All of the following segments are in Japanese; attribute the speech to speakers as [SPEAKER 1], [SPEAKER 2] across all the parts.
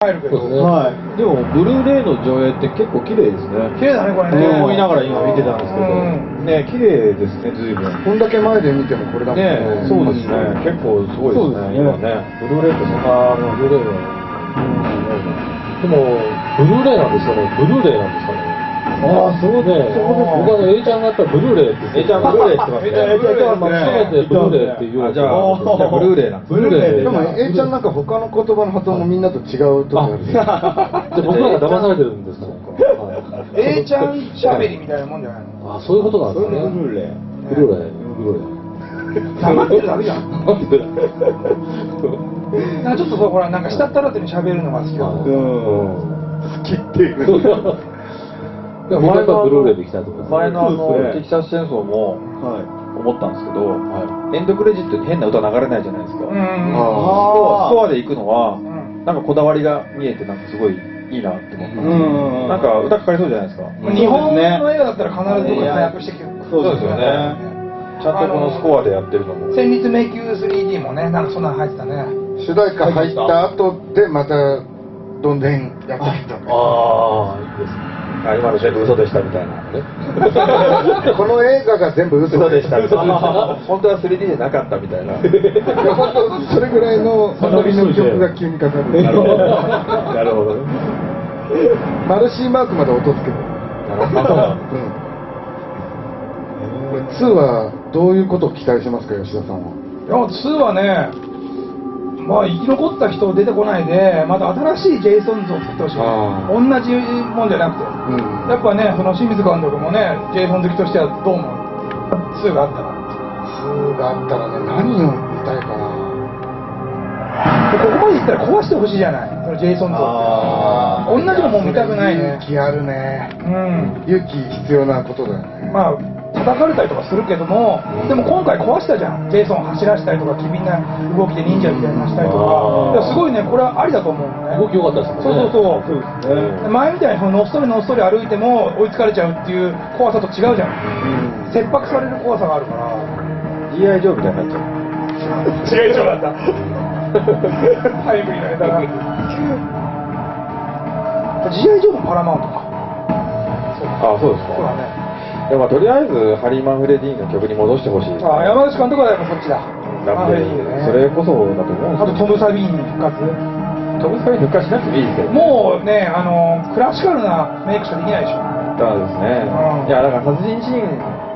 [SPEAKER 1] 入るけど、
[SPEAKER 2] はい
[SPEAKER 3] でもブルーレイの上映って結構綺麗ですね
[SPEAKER 1] 綺麗だねこれね
[SPEAKER 2] そう思いながら今見てたんですけど
[SPEAKER 1] うん
[SPEAKER 3] ね綺麗ですね随分
[SPEAKER 4] こんだけ前で見てもこれだもん
[SPEAKER 3] ねそうですね結構すごいです
[SPEAKER 2] そう
[SPEAKER 3] ね
[SPEAKER 2] ですね
[SPEAKER 3] 今ね
[SPEAKER 2] ブルーレイってそんなのブルーレイはでもブルーレイなんですかねブルーレイなんですかねああそうで僕は A ちゃんがやったらブルーレイっ
[SPEAKER 3] A
[SPEAKER 2] て
[SPEAKER 3] ちゃんブルーレイって言ってますね
[SPEAKER 2] A ちゃんが初めてブルーレイって言おう
[SPEAKER 3] あじゃあじゃあブルーレイなんですね
[SPEAKER 1] ブルーレイ
[SPEAKER 4] でも A ちゃんなんか他の言葉の発音もみんなと違うとこある
[SPEAKER 2] じ
[SPEAKER 4] じゃん
[SPEAKER 2] ゃあ僕らが騙されてるんですか。はい
[SPEAKER 1] A ちゃんしゃべりみたいなもんじゃないの
[SPEAKER 2] あ、そういうことなんですね。
[SPEAKER 3] ブルーレイ
[SPEAKER 2] ブルーレイ。
[SPEAKER 1] 黙ってるだけじゃん
[SPEAKER 2] ブルーレイ。ブ
[SPEAKER 1] なんかちょっとそうほらなんか舌ったらずにしゃべるのが好きだ
[SPEAKER 2] は
[SPEAKER 1] と
[SPEAKER 2] い
[SPEAKER 3] うん
[SPEAKER 2] ルーレイ。いや、僕はやっぱブルーレ イで行きたいと思います。
[SPEAKER 5] 前のあの
[SPEAKER 3] そうですね
[SPEAKER 5] テキサス戦争も思ったんですけど、
[SPEAKER 2] は
[SPEAKER 5] エンドクレジットに変な歌流れないじゃないですか、
[SPEAKER 1] うん
[SPEAKER 5] ス
[SPEAKER 4] あ
[SPEAKER 5] コアスコアで行くのは、
[SPEAKER 1] ん
[SPEAKER 5] なんかこだわりが見えてなんかすごいいいなって思ったんですよ
[SPEAKER 3] うん
[SPEAKER 5] なんか歌かかりそうじゃないですか、
[SPEAKER 2] ん
[SPEAKER 1] 日本の映画だったら必ずどっかで早くしてきて
[SPEAKER 5] そうですよねちゃんとこのスコアでやってるのも
[SPEAKER 1] 戦慄迷宮 3D もねなんかそんなの入ってたね
[SPEAKER 4] ー主題歌入った後でまたどんでんやってきた
[SPEAKER 2] ああ、いいですね。
[SPEAKER 5] あ今の全部嘘でしたみたいな
[SPEAKER 4] この映画が全部嘘
[SPEAKER 5] 嘘でしたみたいな
[SPEAKER 2] 嘘
[SPEAKER 5] 本当は 3D じゃなかったみたいな
[SPEAKER 4] いや本当それぐらいのサビの曲が急にかかる
[SPEAKER 5] なるほどなるほどね
[SPEAKER 4] マルシーマークまで音つけてるうんこれ2はどういうことを期待しますか吉田さんはい
[SPEAKER 1] や2はねまあ生き残った人出てこないでまた新しいジェイソン像を作ってほしい
[SPEAKER 4] あー
[SPEAKER 1] 同じもんじゃなくて
[SPEAKER 4] うん
[SPEAKER 1] やっぱねその清水監督もねジェイソン好きとしてはどう思う2があったら
[SPEAKER 4] 2があったらね何を見たいかな
[SPEAKER 1] ここまでいったら壊してほしいじゃないそのジェイソン像
[SPEAKER 5] あ
[SPEAKER 1] 同じのもう見たくないね
[SPEAKER 4] 勇気あるね
[SPEAKER 1] うん
[SPEAKER 4] 勇気必要なことだよね
[SPEAKER 1] まあ叩かれたりとかするけども、でも今回壊したじゃん、ジェイソン走らせたりとか、機敏な動きで忍者みたいなのしたりと
[SPEAKER 2] あー
[SPEAKER 1] か、いやすごいね、これはありだと思うのね、
[SPEAKER 2] 動き良かったです
[SPEAKER 1] そ
[SPEAKER 2] も
[SPEAKER 1] うんそう
[SPEAKER 2] ね。そうですね。
[SPEAKER 1] そう、前みたいにそののっそりのっそり歩いても追いつかれちゃうっていう怖さと違うじゃん、切迫される怖さがあるから、
[SPEAKER 5] G.I. ジョーみたいになっちゃ
[SPEAKER 1] 違
[SPEAKER 5] う
[SPEAKER 1] う違うだった、 タイムリーなネ タが、G.I. ジョーもパラマウントか、
[SPEAKER 5] あそうですか
[SPEAKER 1] そうだね、
[SPEAKER 5] でもとりあえずハリー・マンフレディの曲に戻してほしい
[SPEAKER 1] あ山口監督はやっぱそっちだ、
[SPEAKER 5] なんで
[SPEAKER 1] あいいね
[SPEAKER 5] それこそだと思うんです
[SPEAKER 1] あとトム・サビーン復活。
[SPEAKER 5] よトム・サイ抜かしなくていいですけどう
[SPEAKER 1] もうね、あのクラシカルなメイクしかできないでしょ。
[SPEAKER 5] だですね
[SPEAKER 1] うん
[SPEAKER 5] いやだから殺人シーン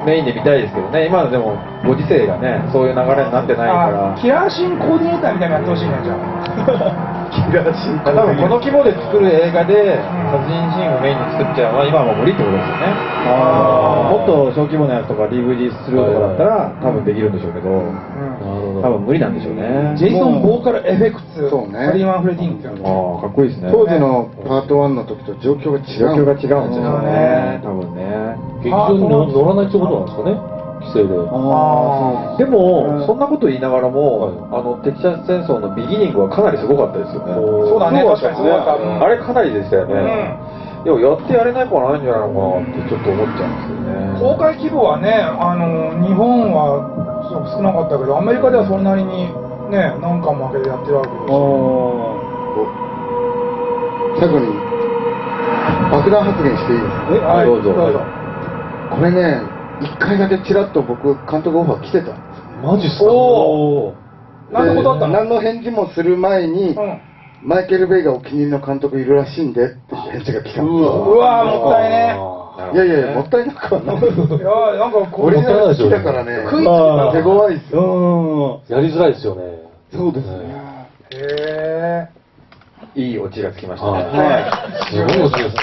[SPEAKER 5] メインで見たいですけどね今のでもご時世がねそういう流れになってないから
[SPEAKER 1] あキラーシーンコーディネーターみたいなのやってほしいね、じゃ
[SPEAKER 5] 多分この規模で作る映画で殺人シーンをメインに作っちゃうのは今はもう無理ってことですよねもっと小規模なやつとか DVD するとかだったら多分できるんでしょうけど
[SPEAKER 1] あ。
[SPEAKER 2] なるほど。
[SPEAKER 5] 多分無理なんでしょうね
[SPEAKER 1] ジェイソン・ボーカル・エフェクツ、
[SPEAKER 4] そうね
[SPEAKER 1] ハリーマン・フレディンっていうのも
[SPEAKER 5] ああかっこいいですね
[SPEAKER 4] 当時のパート1の時と状況が違う
[SPEAKER 5] 状況が違うんで
[SPEAKER 1] ね
[SPEAKER 5] すよね多分ね
[SPEAKER 2] 劇場に乗らないってことなんですかね。規制で。
[SPEAKER 1] あ
[SPEAKER 5] でも、そんなこと言いながら
[SPEAKER 2] は
[SPEAKER 5] も、あのテキサス戦争のビギニングはかなりすごかったですよね。
[SPEAKER 2] お
[SPEAKER 1] そ
[SPEAKER 2] ー
[SPEAKER 1] うだね
[SPEAKER 5] すごったで
[SPEAKER 1] 確かにすごかった
[SPEAKER 5] すねあれかなりでしたよね。でもやってやれない子はないんじゃないのかなってちょっと思っちゃうんですよね。
[SPEAKER 1] 公開規模はね、あの日本はそう少なかったけど、アメリカではそれなりに、ね、何巻も開けてやってるわけですよ
[SPEAKER 4] 最後に爆弾発言していいですか
[SPEAKER 1] はい
[SPEAKER 5] えどうぞ。
[SPEAKER 1] どうぞ
[SPEAKER 4] これね1回だけちらっと僕監督オファー来てた
[SPEAKER 2] マジっすか。
[SPEAKER 5] おー
[SPEAKER 1] 何のことあった
[SPEAKER 4] で
[SPEAKER 1] の、
[SPEAKER 4] 何の返事もする前に、
[SPEAKER 1] うん
[SPEAKER 4] マイケル・ベイがお気に入りの監督いるらしいんでっていう返事が来た
[SPEAKER 2] う
[SPEAKER 1] うわーもったいね
[SPEAKER 4] いやいやいやもったいなくはない
[SPEAKER 1] い やーなんかこ
[SPEAKER 4] オ
[SPEAKER 1] れ
[SPEAKER 4] リ
[SPEAKER 2] 俺
[SPEAKER 4] ジナル好きだからね
[SPEAKER 1] 食いつき
[SPEAKER 2] あ
[SPEAKER 1] だ
[SPEAKER 2] ー
[SPEAKER 4] 手強いっすよ
[SPEAKER 2] やりづらいですよね。
[SPEAKER 4] そうです
[SPEAKER 2] ね
[SPEAKER 4] ね
[SPEAKER 1] へー
[SPEAKER 5] いいオチがつきましたね。
[SPEAKER 2] はい。すごいことですね。素晴らしいです。